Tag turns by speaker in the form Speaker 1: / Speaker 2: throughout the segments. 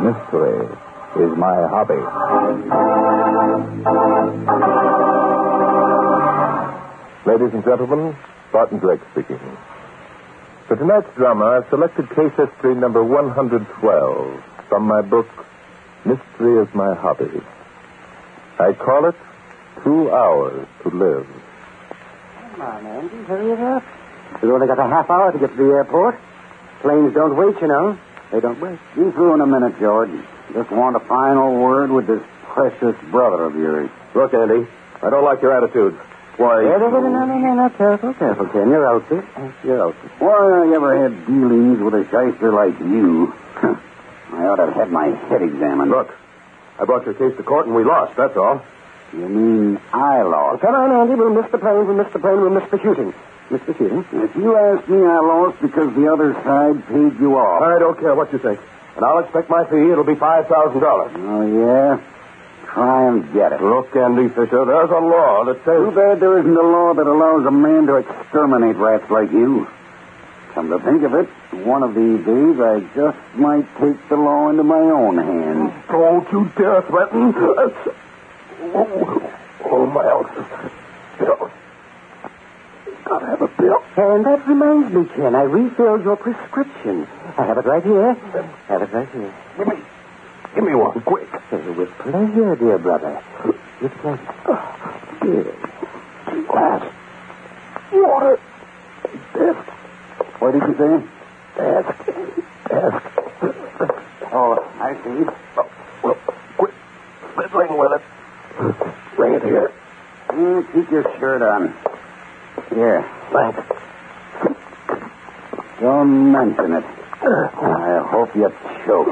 Speaker 1: Mystery is my hobby. Ladies and gentlemen, Barton Drake speaking. For tonight's drama, I've selected case history number 112 from my book, Mystery is My Hobby. I call it Two Hours to Live.
Speaker 2: Come on, Andy, hurry it up. We've only got a half hour to get to the airport. Planes don't wait, you know. They don't wait.
Speaker 3: You through in a minute, George. Just want a final word with this precious brother of yours.
Speaker 1: Look, Andy, I don't like your attitude. Why?
Speaker 2: No, no, no, no, no, no, no, careful, careful, Ken. You're out, sir. You're out. sir.
Speaker 3: Why, I ever had dealings with a shyster like you. I ought to have had my head examined.
Speaker 1: Look, I brought your case to court and we lost, that's all.
Speaker 3: You mean I lost?
Speaker 2: Come on, Andy. We'll miss the plane. We'll miss the plane. We'll miss the shooting. Miss the shooting?
Speaker 3: If you ask me, I lost because the other side paid you off.
Speaker 1: I don't care what you think. And I'll expect my fee. It'll be $5,000.
Speaker 3: Oh, yeah? Try and get it.
Speaker 1: Look, Andy Fisher, there's a law that
Speaker 3: Too
Speaker 1: says...
Speaker 3: bad there isn't a law that allows a man to exterminate rats like you. Come to think of it, one of these days I just might take the law into my own hands.
Speaker 1: Don't you dare threaten us. Oh, oh, Miles. Bill. Gotta have a bill.
Speaker 2: And that reminds me, Ken, I refilled your prescription. I have it right here. Have it right here.
Speaker 1: Give me, give me one, quick.
Speaker 2: Uh, With pleasure, dear brother. With pleasure.
Speaker 1: Ah. Here. Glass. Water. Desk.
Speaker 3: What did you say?
Speaker 1: Desk. Desk.
Speaker 3: Oh, I see.
Speaker 1: Oh, well, quit fiddling with it. Bring it here.
Speaker 3: Yeah, Hmm, keep your shirt on. Here.
Speaker 1: Thanks.
Speaker 3: Don't mention it. I hope you choke.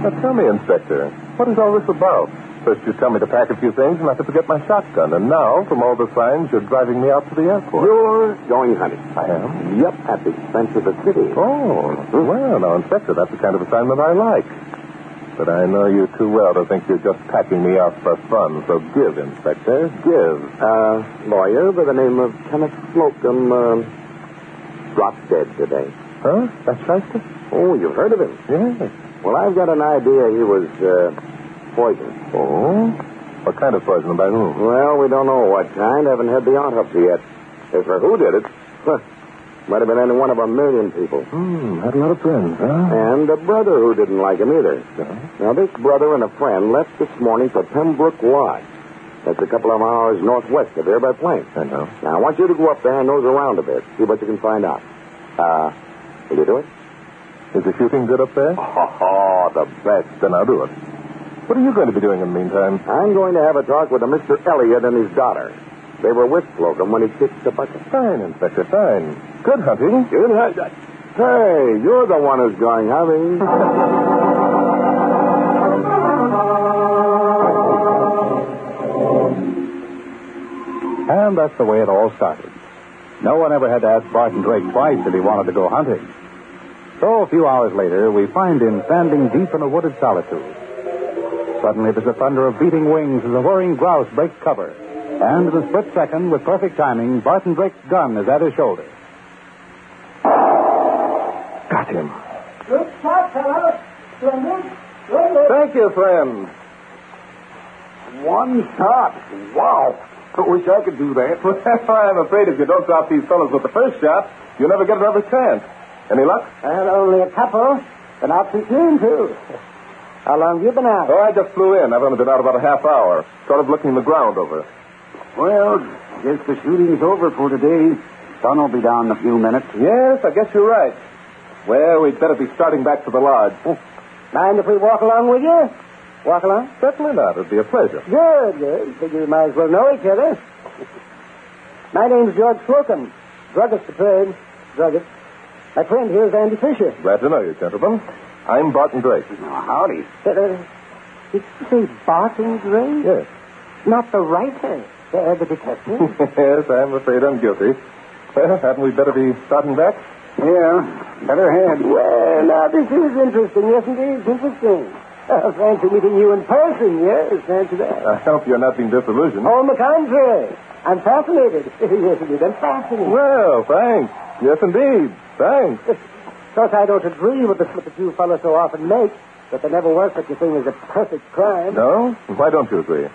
Speaker 1: Now tell me, Inspector, what is all this about? First you tell me to pack a few things and I have to forget my shotgun. And now, from all the signs, you're driving me out to the airport.
Speaker 3: You're going hunting.
Speaker 1: I am?
Speaker 3: Yep, at the expense of the city.
Speaker 1: Oh, well, now, Inspector, that's the kind of assignment I like. But I know you too well to think you're just packing me out for fun. So give, Inspector, give.
Speaker 3: A lawyer by the name of Kenneth Slocum uh, dropped dead today.
Speaker 1: Huh? That's Shyster?
Speaker 3: Oh, you've heard of him?
Speaker 1: Yes.
Speaker 3: Well, I've got an idea he was uh, poisoned.
Speaker 1: Oh? What kind of poison and by whom?
Speaker 3: Well, we don't know what kind. Haven't had the autopsy yet. As for who did it, huh, might have been any one of a million people.
Speaker 1: Hmm, had a lot of friends, huh?
Speaker 3: And a brother who didn't Uh-huh. like him either. Now, this brother and a friend left this morning for Pembroke Lodge.
Speaker 4: That's a couple of hours northwest of here by plane.
Speaker 1: I know.
Speaker 4: Now, I want you to go up there and nose around a bit, see what you can find out. Uh, will you do it?
Speaker 1: Is the shooting good up there?
Speaker 4: Oh, the best.
Speaker 1: Then I'll do it. What are you going to be doing in the meantime?
Speaker 4: I'm going to have a talk with a Mr. Elliott and his daughter. They were with Slocum when he kicked the bucket.
Speaker 1: Fine, Inspector, fine. Good hunting.
Speaker 4: Good hunt. Hey, you're the one who's going hunting.
Speaker 1: And that's the way it all started. No one ever had to ask Barton Drake twice if he wanted to go hunting. So a few hours later, we find him standing deep in a wooded solitude. Suddenly, there's a thunder of beating wings as a whirring grouse breaks cover. And in a split second, with perfect timing, Barton Drake's gun is at his shoulder. Got him.
Speaker 5: Good shot, fellows. Splendid. Splendid.
Speaker 1: Thank you, friend.
Speaker 4: One shot. Wow.
Speaker 1: I wish I could do that. Well, I'm afraid if you don't drop these fellows with the first shot, you'll never get another chance. Any luck?
Speaker 3: And only a couple, but not too soon, too. How long have you been out?
Speaker 1: Oh, I just flew in. I've only been out about a half hour, sort of looking the ground over.
Speaker 6: Well, guess the shooting's over for today. Sun will be down in a few minutes.
Speaker 1: Yes, I guess you're right. Well, we'd better be starting back to the lodge.
Speaker 3: Mind if we walk along with you? Walk along?
Speaker 1: Certainly not. It'd be a pleasure.
Speaker 3: Good, good. Figure we might as well know each other. My name's George Slocum, druggist at Prairie. Druggist. My friend here is Andy Fisher.
Speaker 1: Glad to know you, gentlemen. I'm Barton Drake.
Speaker 6: Now, howdy.
Speaker 3: Uh, uh, did you say Barton Gray?
Speaker 1: Yes.
Speaker 3: Not the writer, uh, the detective.
Speaker 1: yes, I'm afraid I'm guilty. Well, hadn't we better be starting back?
Speaker 6: Yeah, better head.
Speaker 3: well, now, this is interesting. Yes, indeed, it's interesting. Uh, fancy meeting you in person, yes, fancy that.
Speaker 1: I hope you're not being disillusioned.
Speaker 3: On the contrary, I'm fascinated. yes, indeed, I'm fascinated.
Speaker 1: Well, thanks. Yes, indeed. Thanks.
Speaker 3: Of course, I don't agree with the slip that you fellows so often make, that there never was such a thing as a perfect crime.
Speaker 1: No? Why don't you agree?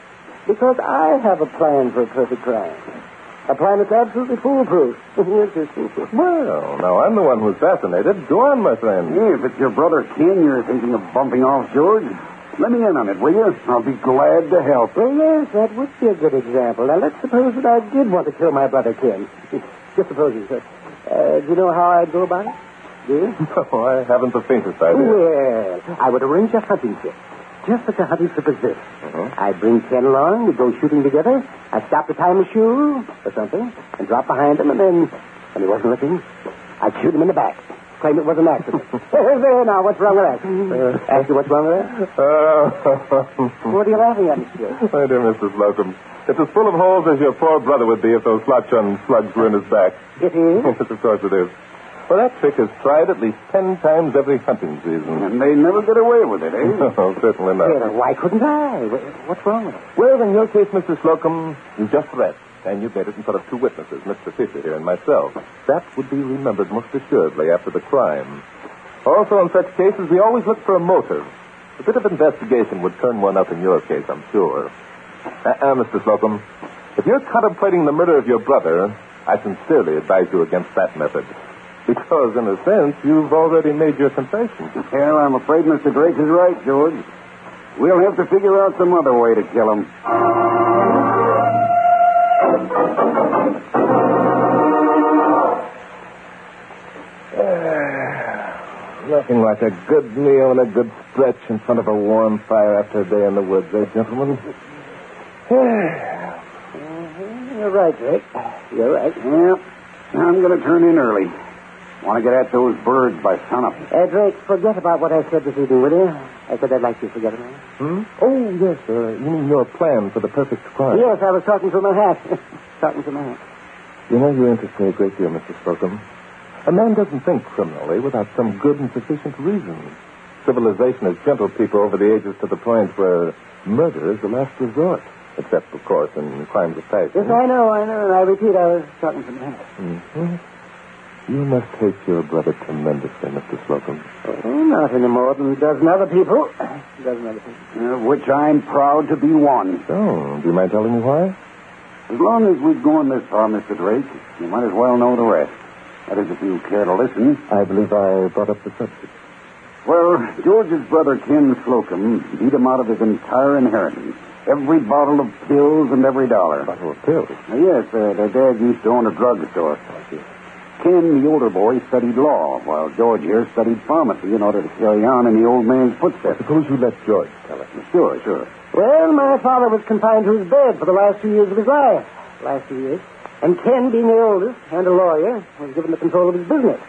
Speaker 3: Because I have a plan for a perfect crime. A plan that's absolutely foolproof. yes, it's foolproof.
Speaker 1: Well, now I'm the one who's fascinated. Go on, my friend.
Speaker 6: Yeah, if it's your brother Ken you're thinking of bumping off, George, let me in on it, will you? I'll be glad to help.
Speaker 3: Well, yes, that would be a good example. Now, let's suppose that I did want to kill my brother Ken. Just supposing, sir. Uh, do you know how I'd go about it? Do you?
Speaker 1: Oh, I haven't the faintest idea.
Speaker 3: Well, I would arrange a hunting trip. Just such a hunting trip as this.
Speaker 6: Mm-hmm.
Speaker 3: I'd bring Ken along, we'd go shooting together. I'd stop to tie him a shoe or something and drop behind him, and then, when he wasn't looking, I'd shoot him in the back. Claim it was an accident. Oh, there, now, what's wrong with that?
Speaker 6: Uh.
Speaker 3: Ask you what's wrong with that?
Speaker 1: Oh,
Speaker 3: What are you laughing at, monsieur?
Speaker 1: my dear Mrs. Slocum, it's as full of holes as your poor brother would be if those slot-shun slugs were in his back.
Speaker 3: It is?
Speaker 1: yes, of course it is. Well, that trick is tried at least ten times every hunting season.
Speaker 6: And they never get away with it, eh?
Speaker 1: No, certainly not.
Speaker 3: Well, why couldn't I? Wh- What's wrong with it?
Speaker 1: Well, in your case, Mr. Slocum, you just read, and you made it in front of two witnesses, Mr. Fisher here and myself. That would be remembered most assuredly after the crime. Also, in such cases, we always look for a motive. A bit of investigation would turn one up in your case, I'm sure. Uh-uh, Mr. Slocum, if you're contemplating the murder of your brother, I sincerely advise you against that method. Because, in a sense, you've already made your confession.
Speaker 6: Yeah, I'm afraid Mr. Drake is right, George. We'll have to figure out some other way to kill him.
Speaker 1: Nothing like a good meal and a good stretch in front of a warm fire after a day in the woods, eh, gentlemen?
Speaker 3: You're right, Rick. You're right.
Speaker 6: Yeah, I'm going to turn in early. Want to get at those birds by sunup.
Speaker 3: Uh, Drake, forget about what I said this evening, will you? I said I'd like you to forget about it.
Speaker 1: Oh, yes, sir. You mean your plan for the perfect crime?
Speaker 3: Yes, I was talking to my hat. talking to my hat.
Speaker 1: You know, you interest me a great deal, Mr. Slocum. A man doesn't think criminally without some good and sufficient reason. Civilization has gentled people over the ages to the point where murder is the last resort. Except, of course, in crimes of passion.
Speaker 3: Yes, I know, I know, and I repeat, I was talking to my hat.
Speaker 1: You must hate your brother tremendously, Mr. Slocum.
Speaker 3: Oh, not any more than a dozen other people. A dozen other people.
Speaker 6: Of Uh, which I'm proud to be one.
Speaker 1: Oh, do you mind telling me why?
Speaker 6: As long as we've gone this far, Mr. Drake, you might as well know the rest. That is, if you care to listen.
Speaker 1: I believe I brought up the subject.
Speaker 6: Well, George's brother, Ken Slocum, beat him out of his entire inheritance.
Speaker 3: Every bottle of pills and every dollar.
Speaker 1: Bottle of pills.
Speaker 3: Now, yes, uh, their dad used to own a drugstore. Ken, the older boy, studied law, while George here studied pharmacy in order to carry on in the old man's footsteps.
Speaker 1: Suppose you let George tell it.
Speaker 3: Sure, sure.
Speaker 2: Well, my father was confined to his bed for the last few years of his life. Last few years. And Ken, being the oldest and a lawyer, was given the control of his business.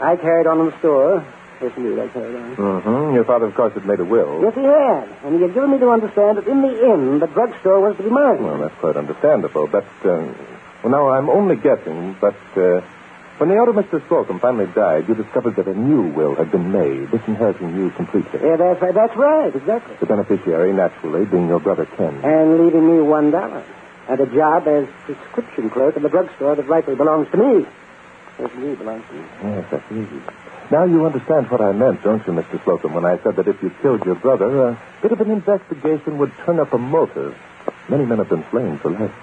Speaker 2: I carried on in the store. Yes, indeed, I carried on.
Speaker 1: Mm-hmm. Your father, of course, had made a will.
Speaker 2: Yes, he had. And he had given me to understand that in the end, the drugstore was to be mine.
Speaker 1: Well, that's quite understandable, but, um, well, now I'm only guessing, but, uh, when the elder Mr. Slocum finally died, you discovered that a new will had been made, disinheriting you completely.
Speaker 2: Yeah, that's right. That's right, exactly.
Speaker 1: The beneficiary, naturally, being your brother Ken.
Speaker 2: And leaving me one dollar. And a job as prescription clerk in the drugstore that rightly belongs to me. Yes, indeed, belongs to me.
Speaker 1: Yes, that's easy. Now you understand what I meant, don't you, Mr. Slocum, when I said that if you killed your brother, a bit of an investigation would turn up a motive. Many men have been slain for life.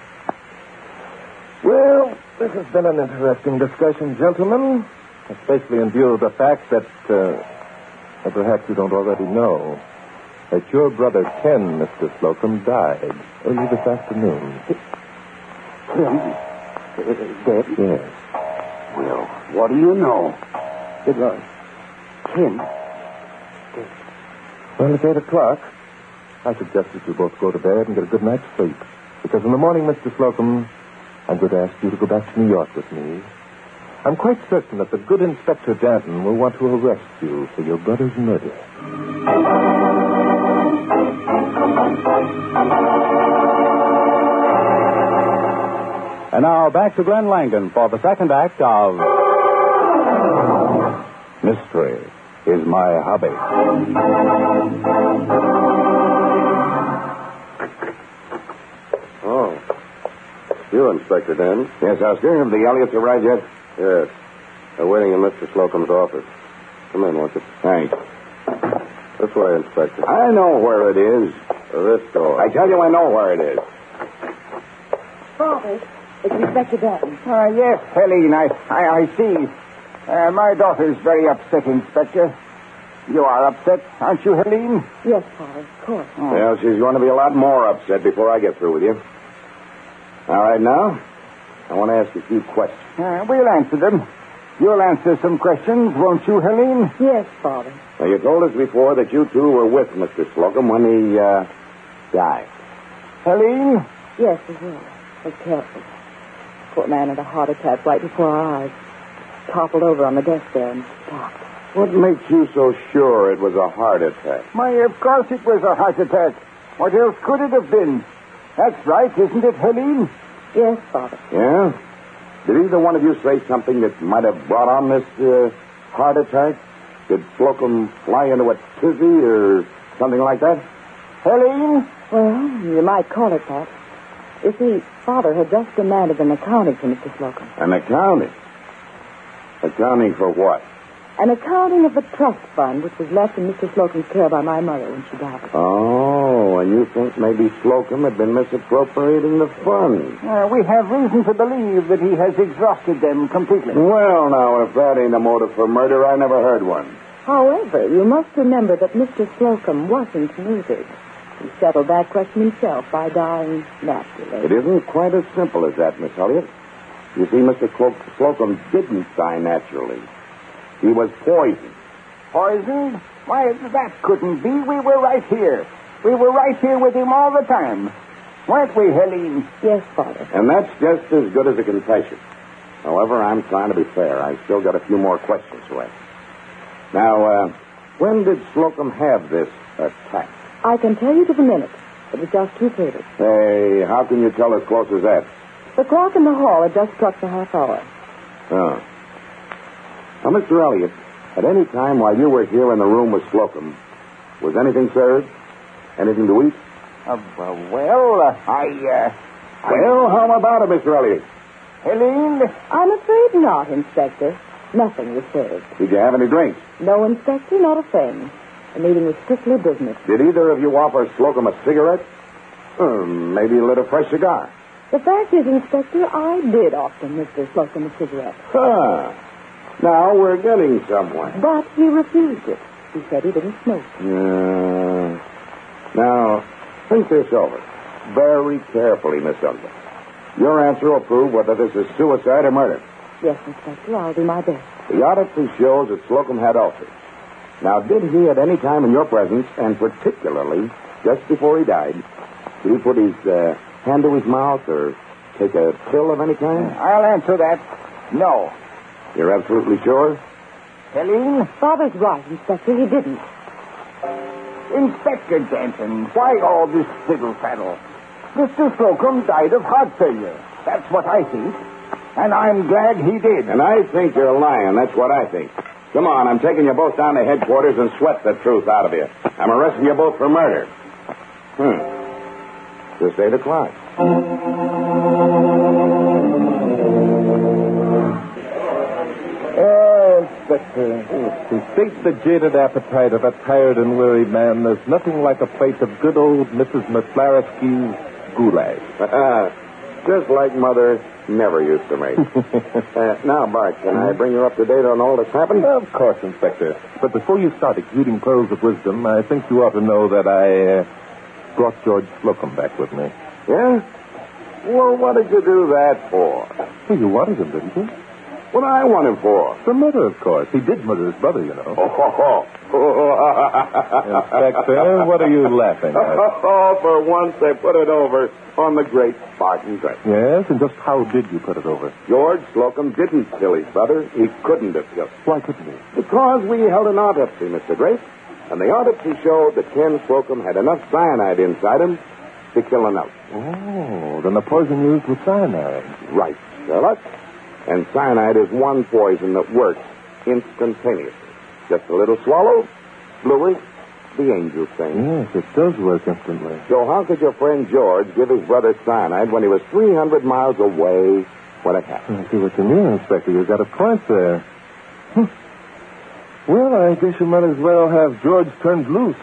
Speaker 1: Well, this has been an interesting discussion, gentlemen. Especially in view of the fact that, uh, that perhaps you don't already know that your brother Ken, Mr. Slocum, died early this afternoon.
Speaker 2: Dead?
Speaker 1: Yes.
Speaker 3: Well, what do you know?
Speaker 2: Good Lord. Ken?
Speaker 1: Well, it's eight o'clock. I suggest that you both go to bed and get a good night's sleep. Because in the morning, Mr. Slocum, I'm going to ask you to go back to New York with me. I'm quite certain that the good Inspector Danton will want to arrest you for your brother's murder.
Speaker 3: And now back to Glenn Langan for the second act of Mystery is My Hobby.
Speaker 1: Oh. You, Inspector Danton?
Speaker 3: Yes, Oscar, have the Elliots arrived yet?
Speaker 1: Yes. They're waiting in Mr. Slocum's office. Come in, won't you?
Speaker 3: Thanks.
Speaker 1: This way, Inspector.
Speaker 3: I know where it is.
Speaker 1: This door.
Speaker 3: I tell you, I know where it is.
Speaker 7: Father, it's Inspector Dutton.
Speaker 3: Ah, yes, Helene, I, I, I see. Uh, my daughter's very upset, Inspector. You are upset, aren't you, Helene? Oh.
Speaker 7: Yes, Father, of course.
Speaker 1: Well, she's going to be a lot more upset before I get through with you. All right, now, I want to ask you a few questions.
Speaker 3: Uh, we'll answer them. You'll answer some questions, won't you, Helene?
Speaker 7: Yes, Father.
Speaker 1: Now, you told us before that you two were with Mr. Slocum when he, uh, died.
Speaker 3: Helene?
Speaker 7: Yes, we will. But careful. Poor man had a heart attack right before our eyes. Toppled over on the desk there and stopped.
Speaker 1: What makes you so sure it was a heart attack?
Speaker 3: My, of course it was a heart attack. What else could it have been? That's right, isn't it, Helene?
Speaker 7: Yes, Father.
Speaker 1: Yeah? Did either one of you say something that might have brought on this uh, heart attack? Did Slocum fly into a tizzy or something like that?
Speaker 3: Helene?
Speaker 7: Well, you might call it that. You see, Father had just demanded an accounting from Mr. Slocum.
Speaker 1: An accounting. Accounting for what?
Speaker 7: An accounting of the trust fund which was left in Mr. Slocum's care by my mother when she died.
Speaker 1: Oh, and you think maybe Slocum had been misappropriating the funds?
Speaker 3: Uh, we have reason to believe that he has exhausted them completely.
Speaker 1: Well, now, if that ain't a motive for murder, I never heard one.
Speaker 7: However, you must remember that Mr. Slocum wasn't murdered. He settled that question himself by dying naturally.
Speaker 1: It isn't quite as simple as that, Miss Elliot. You see, Mr. Clo- Slocum didn't die naturally. He was poisoned.
Speaker 3: Poisoned? Why, that couldn't be. We were right here. We were right here with him all the time. Weren't we, Helene?
Speaker 7: Yes, Father.
Speaker 1: And that's just as good as a confession. However, I'm trying to be fair. I've still got a few more questions to ask. Now, uh, when did Slocum have this attack?
Speaker 7: I can tell you to the minute. It was just two thirty.
Speaker 1: Hey, how can you tell as close as that?
Speaker 7: The clock in the hall had just struck the half hour.
Speaker 1: Oh. Now, Mr. Elliot, at any time while you were here in the room with Slocum, was anything served? Anything to eat?
Speaker 3: Uh, well, uh, I, uh,
Speaker 1: Well, how about it, Mr. Elliot?
Speaker 3: Helene?
Speaker 7: I'm afraid not, Inspector. Nothing was served.
Speaker 1: Did you have any drinks?
Speaker 7: No, Inspector, not a thing. The meeting was strictly business.
Speaker 1: Did either of you offer Slocum a cigarette? Uh, maybe lit a fresh cigar.
Speaker 7: The fact is, Inspector, I did offer Mr. Slocum a cigarette,
Speaker 1: Huh. Now we're getting somewhere.
Speaker 7: but he refused it. He said he didn't smoke.
Speaker 1: Uh, now, think this over.
Speaker 8: very carefully, Miss Sullivan. Your answer will prove whether this is suicide or murder.
Speaker 7: Yes, Inspector, I'll do my best.
Speaker 8: The autopsy shows that Slocum had ulcers. Now, did he at any time in your presence, and particularly just before he died, did he put his uh, hand to his mouth or take a pill of any kind?
Speaker 3: I'll answer that. No.
Speaker 8: You're absolutely sure?
Speaker 3: Helene?
Speaker 7: Father's right, Inspector. He didn't.
Speaker 3: Inspector Denton, why all this fiddle faddle? Mr. Slocum died of heart failure. That's what I think. And I'm glad he did.
Speaker 8: And I think you're lying. That's what I think. Come on, I'm taking you both down to headquarters and sweat the truth out of you. I'm arresting you both for murder. Hmm. Just eight o'clock.
Speaker 1: Oh, Inspector. To sate the jaded appetite of a tired and weary man, there's nothing like a plate of good old Mrs. McClarasky's goulash.
Speaker 8: Uh, Ah, Just like Mother never used to make. uh, now, Bart, can I bring you up to date on all that's happened?
Speaker 1: Of course, Inspector. But before you start exuding pearls of wisdom, I think you ought to know that I uh, brought George Slocum back with me.
Speaker 8: Yeah? Well, what did you do that for?
Speaker 1: Well, you wanted him, didn't you?
Speaker 8: What do I want him for?
Speaker 1: The murder, of course. He did murder his brother, you know.
Speaker 8: Oh, uh, ho, ho. uh,
Speaker 1: Inspector, what are you laughing at?
Speaker 8: Oh, for once they put it over on the great Spartan Drake.
Speaker 1: Yes, and just how did you put it over?
Speaker 8: George Slocum didn't kill his brother. He couldn't have killed him.
Speaker 1: Why couldn't he?
Speaker 8: Because we held an autopsy, Mr. Drake, and the autopsy showed that Ken Slocum had enough cyanide inside him to kill an elephant.
Speaker 1: Oh, then the poison used was cyanide.
Speaker 8: Right, Sherlock. And cyanide is one poison that works instantaneously. Just a little swallow, Bluey, the angel thing.
Speaker 1: Yes, it does work instantly.
Speaker 8: So how could your friend George give his brother cyanide when he was 300 miles away when it happened?
Speaker 1: I see what you mean, Inspector. You've got a point there. Hmm. Well, I guess you might as well have George turned loose.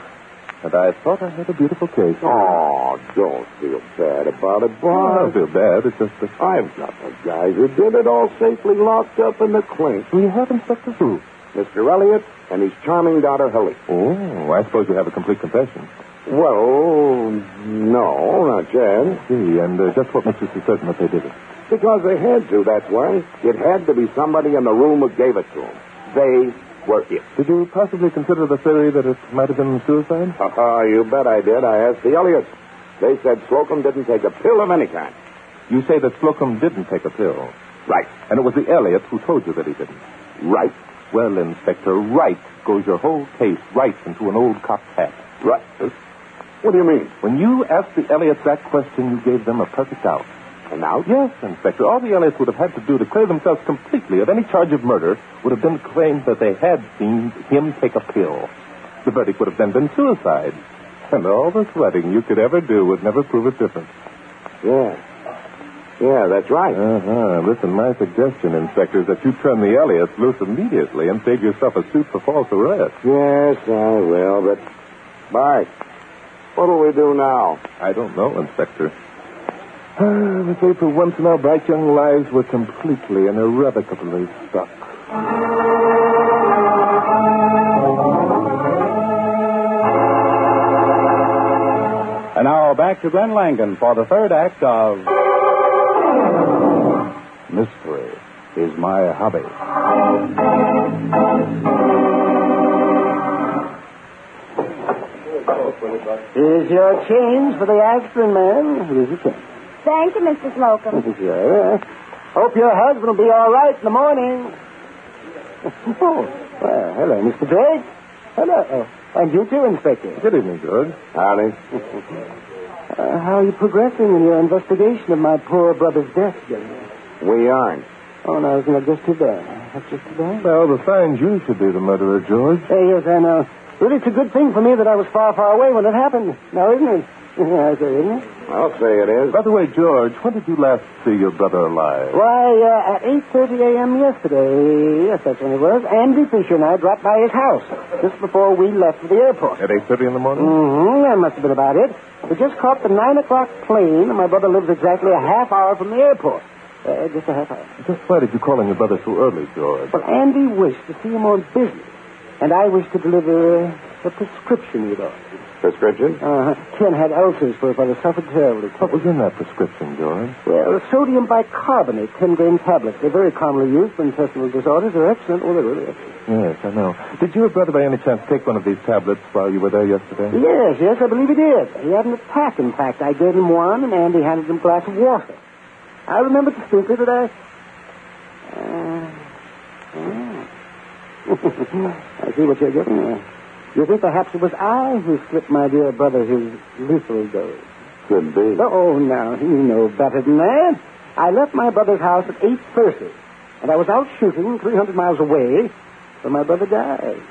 Speaker 1: And I thought I had a beautiful case.
Speaker 2: Mm.
Speaker 8: Oh, don't feel bad about it,
Speaker 1: I don't
Speaker 8: Bob.
Speaker 1: feel bad. It's just that
Speaker 8: I've got the guys who did it all safely locked up in the clink.
Speaker 1: we have Inspector Who?
Speaker 8: Mr. Elliot and his charming daughter, Helene.
Speaker 1: Oh, I suppose you have a complete confession.
Speaker 8: Well, no, not yet.
Speaker 1: See, and uh, just what makes you so certain that they did it?
Speaker 8: Because they had to, that's why. It had to be somebody in the room who gave it to them. They were it.
Speaker 1: Did you possibly consider the theory that it might have been suicide?
Speaker 8: Uh, you bet I did. I asked the Elliots. They said Slocum didn't take a pill of any kind.
Speaker 1: You say that Slocum didn't take a pill,
Speaker 8: Right.
Speaker 1: and it was the Elliot who told you that he didn't.
Speaker 8: Right.
Speaker 1: Well, Inspector, right goes your whole case right into an old cop's hat.
Speaker 8: Right. What do you mean?
Speaker 1: When you asked the Elliots that question, you gave them a perfect out.
Speaker 8: And now?
Speaker 1: Yes, Inspector. All the Elliots would have had to do to clear themselves completely of any charge of murder would have been to claim that they had seen him take a pill. The verdict would have then been suicide. And all the sweating you could ever do would never prove it different.
Speaker 8: Yeah. Yeah, that's right.
Speaker 1: Uh-huh. Listen, my suggestion, Inspector, is that you turn the Elliots loose immediately and save yourself a suit for false arrest.
Speaker 8: Yes, I will, but. Bart, what do we do now?
Speaker 1: I don't know, Inspector. I would say for once in our bright young lives, we're completely and irrevocably stuck.
Speaker 8: And now back to Glen Langan for the third act of. Mystery is my hobby.
Speaker 2: Here's your change for the aspirin, man. Here's your change.
Speaker 9: Thank you, Mr. Slocum.
Speaker 2: Sure. Hope your husband will be all right in the morning. Oh, well, hello, Mr. Drake. Hello. Oh, and you too, Inspector.
Speaker 1: Good evening, George.
Speaker 8: Howdy.
Speaker 2: Uh, how are you progressing in your investigation of my poor brother's death, young man?
Speaker 8: We aren't.
Speaker 2: Oh, no, isn't that just too bad? That's just too bad.
Speaker 1: Well, the signs you should be the murderer, George.
Speaker 2: Hey, yes, I know. Really, it's a good thing for me that I was far, far away when it happened. Now, isn't it? Yeah, I say, isn't it?
Speaker 8: I'll say it is.
Speaker 1: By the way, George, when did you last see your brother alive?
Speaker 2: Why, uh, at 8.30 a.m. yesterday, yes, that's when it was, Andy Fisher and I dropped by his house just before we left for the airport.
Speaker 1: At 8.30 in the morning?
Speaker 2: Mm-hmm, that must have been about it. We just caught the 9 o'clock plane, and my brother lives exactly a half hour from the airport. Uh, just a half hour.
Speaker 1: Just why did you call on your brother so early, George?
Speaker 2: But Andy wished to see him on business. And I wish to deliver uh, a prescription, you know.
Speaker 8: Prescription?
Speaker 2: Uh, Ken had ulcers for his mother, suffered terribly.
Speaker 1: What was in that prescription, George?
Speaker 2: Well, sodium bicarbonate, 10 grain tablets. They're very commonly used for intestinal disorders. They're excellent. Well, they're really excellent.
Speaker 1: Yes, I know. Did your brother, by any chance, take one of these tablets while you were there yesterday?
Speaker 2: Yes, yes, I believe he did. He had an attack, in fact. I gave him one, and Andy handed him a glass of water. I remember distinctly that I. Uh, ah. I see what you're getting at. You think perhaps it was I who slipped my dear brother his lethal dose?
Speaker 8: Could be.
Speaker 2: Oh, now, you know better than that. I left my brother's house at 8.30, and I was out shooting 300 miles away when my brother died.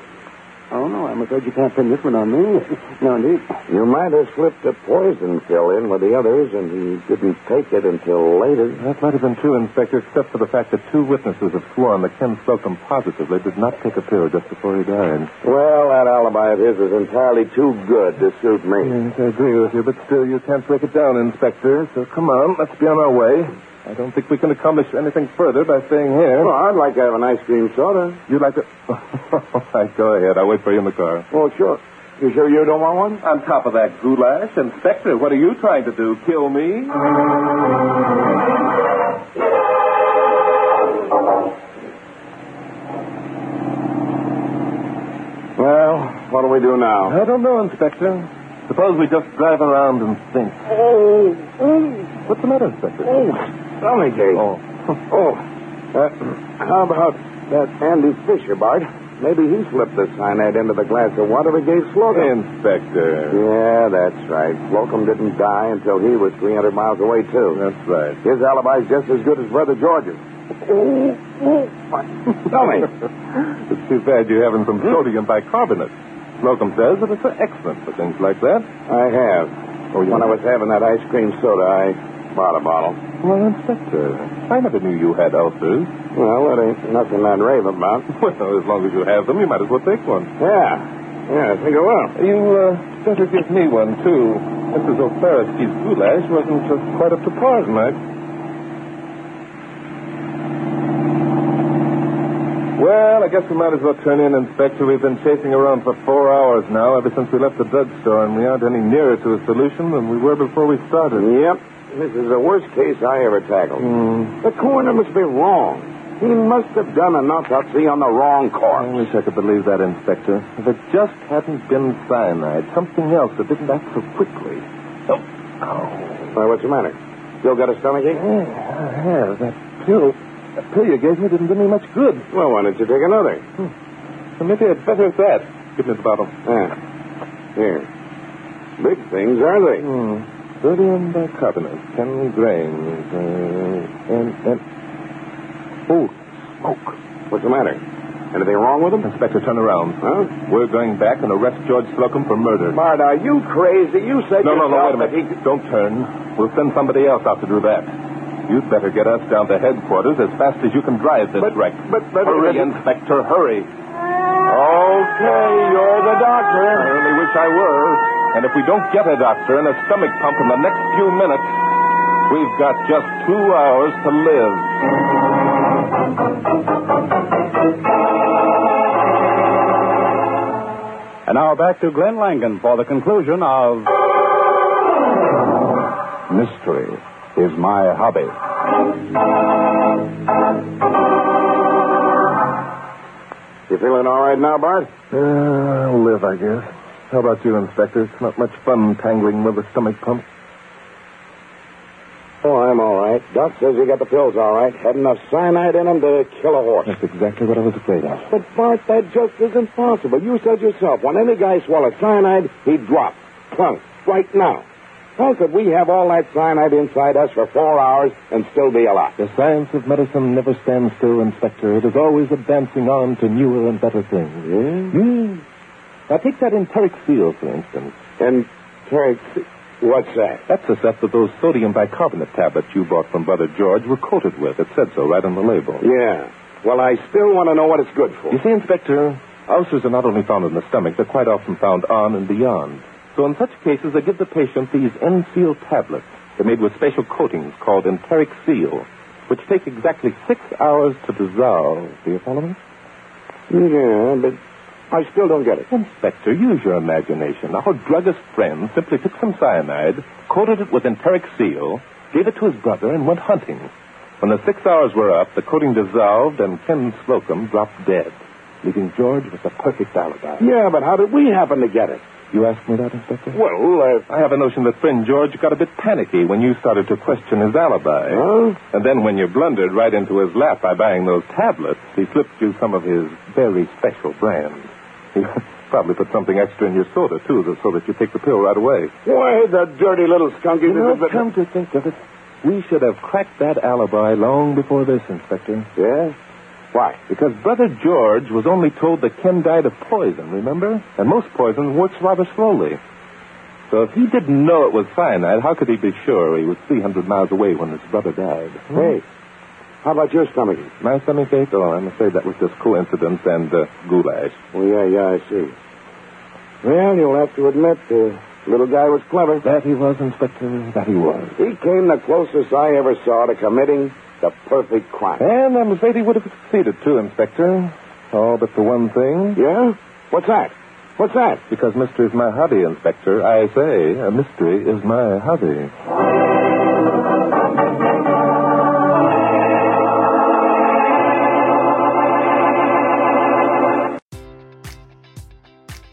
Speaker 2: Oh, no, I'm afraid you can't pin this one on me. no, indeed.
Speaker 8: You might have slipped a poison pill in with the others, and he didn't take it until later.
Speaker 1: That might have been true, Inspector, except for the fact that two witnesses have sworn that Ken Slocum positively did not take a pill just before he died.
Speaker 8: Well, that alibi of his is entirely too good to suit me.
Speaker 1: Yes, I agree with you, but still, you can't break it down, Inspector. So come on, let's be on our way. I don't think we can accomplish anything further by staying here.
Speaker 8: Well, I'd like to have an ice cream soda.
Speaker 1: You'd like to. All right, go ahead. I'll wait for you in the car.
Speaker 8: Well, sure. You sure you don't want one?
Speaker 1: On top of that goulash, Inspector, what are you trying to do? Kill me?
Speaker 8: Well, what do we do now?
Speaker 1: I don't know, Inspector. Suppose we just drive around and think.
Speaker 8: Oh,
Speaker 1: What's the matter, Inspector?
Speaker 8: Only Dave.
Speaker 1: Oh.
Speaker 8: Oh. Uh, how about that Andy Fisher, Bart? Maybe he slipped the cyanide into the glass of water we gave Slocum.
Speaker 1: Inspector.
Speaker 8: Yeah, that's right. Slocum didn't die until he was 300 miles away, too.
Speaker 1: That's right.
Speaker 8: His alibi's just as good as Brother George's. Oh, Tell me.
Speaker 1: It's too bad you haven't
Speaker 8: Hmm?
Speaker 1: some sodium bicarbonate. Slocum says that it's excellent for things like that. Oh,
Speaker 8: I have. when I was having that ice cream soda, I bought a bottle.
Speaker 1: Well, Inspector, I never knew you had ulcers.
Speaker 8: Well, that ain't nothing I'd rave about.
Speaker 1: Well, as long as you have them, you might as well take one.
Speaker 8: Yeah. Yeah, I think I will.
Speaker 1: You uh, better give me one, too. Mrs. O'Farrisky's goulash wasn't just quite up to par tonight. Well, I guess we might as well turn in, Inspector. We've been chasing around for four hours now, ever since we left the drugstore, and we aren't any nearer to a solution than we were before we started.
Speaker 8: Yep. This is the worst case I ever tackled.
Speaker 1: Hmm.
Speaker 8: The coroner must be wrong. He must have done an autopsy on the wrong
Speaker 1: I
Speaker 8: corpse.
Speaker 1: wish I could believe that, Inspector. If it just hadn't been cyanide, something else that didn't act so quickly.
Speaker 8: Why, Oh. what's the matter? Still got a stomachache?
Speaker 1: I have. That pill, that pill you gave me didn't do me much good.
Speaker 8: Well, why don't you take another?
Speaker 1: So maybe I'd better have that. Give me the bottle.
Speaker 8: Yeah. Here. Big things, aren't they?
Speaker 1: Hmm. Sodium bicarbonate, 10 grains. Uh, and, and. Oh, smoke.
Speaker 8: What's the matter? Anything wrong with them?
Speaker 1: Inspector, turn around.
Speaker 8: Huh?
Speaker 1: We're going back and arrest George Slocum for murder.
Speaker 8: Bart, are you crazy? You said
Speaker 1: No, no, no, wait
Speaker 8: yourself
Speaker 1: a
Speaker 8: that
Speaker 1: minute. Don't turn. We'll send somebody else out to do that. You'd better get us down to headquarters as fast as you can drive this
Speaker 8: But-
Speaker 1: wreck.
Speaker 8: but- but-
Speaker 1: hurry,
Speaker 8: but-
Speaker 1: Inspector, hurry.
Speaker 8: Okay, you're the doctor.
Speaker 1: I only wish I were. And if we don't get a doctor and a stomach pump in the next few minutes, we've got just two hours to live.
Speaker 10: And now back to Glenn Langan for the conclusion of.
Speaker 8: Mystery is my hobby. You feeling all right now, Bart?
Speaker 1: Uh, I'll live, I guess. How about you, Inspector? It's not much fun tangling with a stomach pump.
Speaker 8: Oh, I'm all right. Doc says you got the pills all right. Had enough cyanide in them to kill a horse.
Speaker 1: That's exactly what I was afraid of.
Speaker 8: But, Bart, that just isn't possible. You said yourself, when any guy swallows cyanide, he drops. Plunk. Right now. How could we have all that cyanide inside us for four hours and still be alive?
Speaker 1: The science of medicine never stands still, Inspector. It is always advancing on to newer and better things.
Speaker 8: Yeah?
Speaker 1: Yes. Now, take that enteric seal, for instance.
Speaker 8: And, Terry, what's that?
Speaker 1: That's the stuff that those sodium bicarbonate tablets you bought from Brother George were coated with. It said so right on the label.
Speaker 8: Yeah. Well, I still want to know what it's good for.
Speaker 1: You see, Inspector, ulcers are not only found in the stomach, they're quite often found on and beyond. So in such cases, they give the patient these N-seal tablets. They're made with special coatings called enteric seal, which take exactly six hours to dissolve. Do you follow me?
Speaker 8: Yeah, but I still don't get it.
Speaker 1: Inspector, use your imagination. Our druggist friend simply took some cyanide, coated it with enteric seal, gave it to his brother, and went hunting. When the six hours were up, the coating dissolved, and Ken Slocum dropped dead, leaving George with a perfect alibi.
Speaker 8: Yeah, but how did we happen to get it?
Speaker 1: You asked me that, Inspector?
Speaker 8: Well, uh,
Speaker 1: I have a notion that friend George got a bit panicky when you started to question his alibi. And then when you blundered right into his lap by buying those tablets, he slipped you some of his very special brand. He probably put something extra in your soda, too, that- so that you take the pill right away.
Speaker 8: why the dirty little skunk is
Speaker 1: You know, come to think of it, we should have cracked that alibi long before this, Inspector.
Speaker 8: Yeah? Why?
Speaker 1: Because Brother George was only told that Ken died of poison, remember? And most poison works rather slowly. So if he didn't know it was cyanide, how could he be sure he was 300 miles away when his brother died?
Speaker 8: Hey, how about your stomach?
Speaker 1: My stomach ache? Oh, I'm afraid that was just coincidence and uh, goulash.
Speaker 8: Oh, yeah, yeah, I see. Well, you'll have to admit uh, the little guy was clever.
Speaker 1: That he was, Inspector. That he was.
Speaker 8: He came the closest I ever saw to committing the perfect crime.
Speaker 1: And I'm afraid he would have succeeded, too, Inspector. All but for one thing.
Speaker 8: Yeah? What's that? What's that?
Speaker 1: Because mystery is my hobby, Inspector. I say, a mystery is my hobby.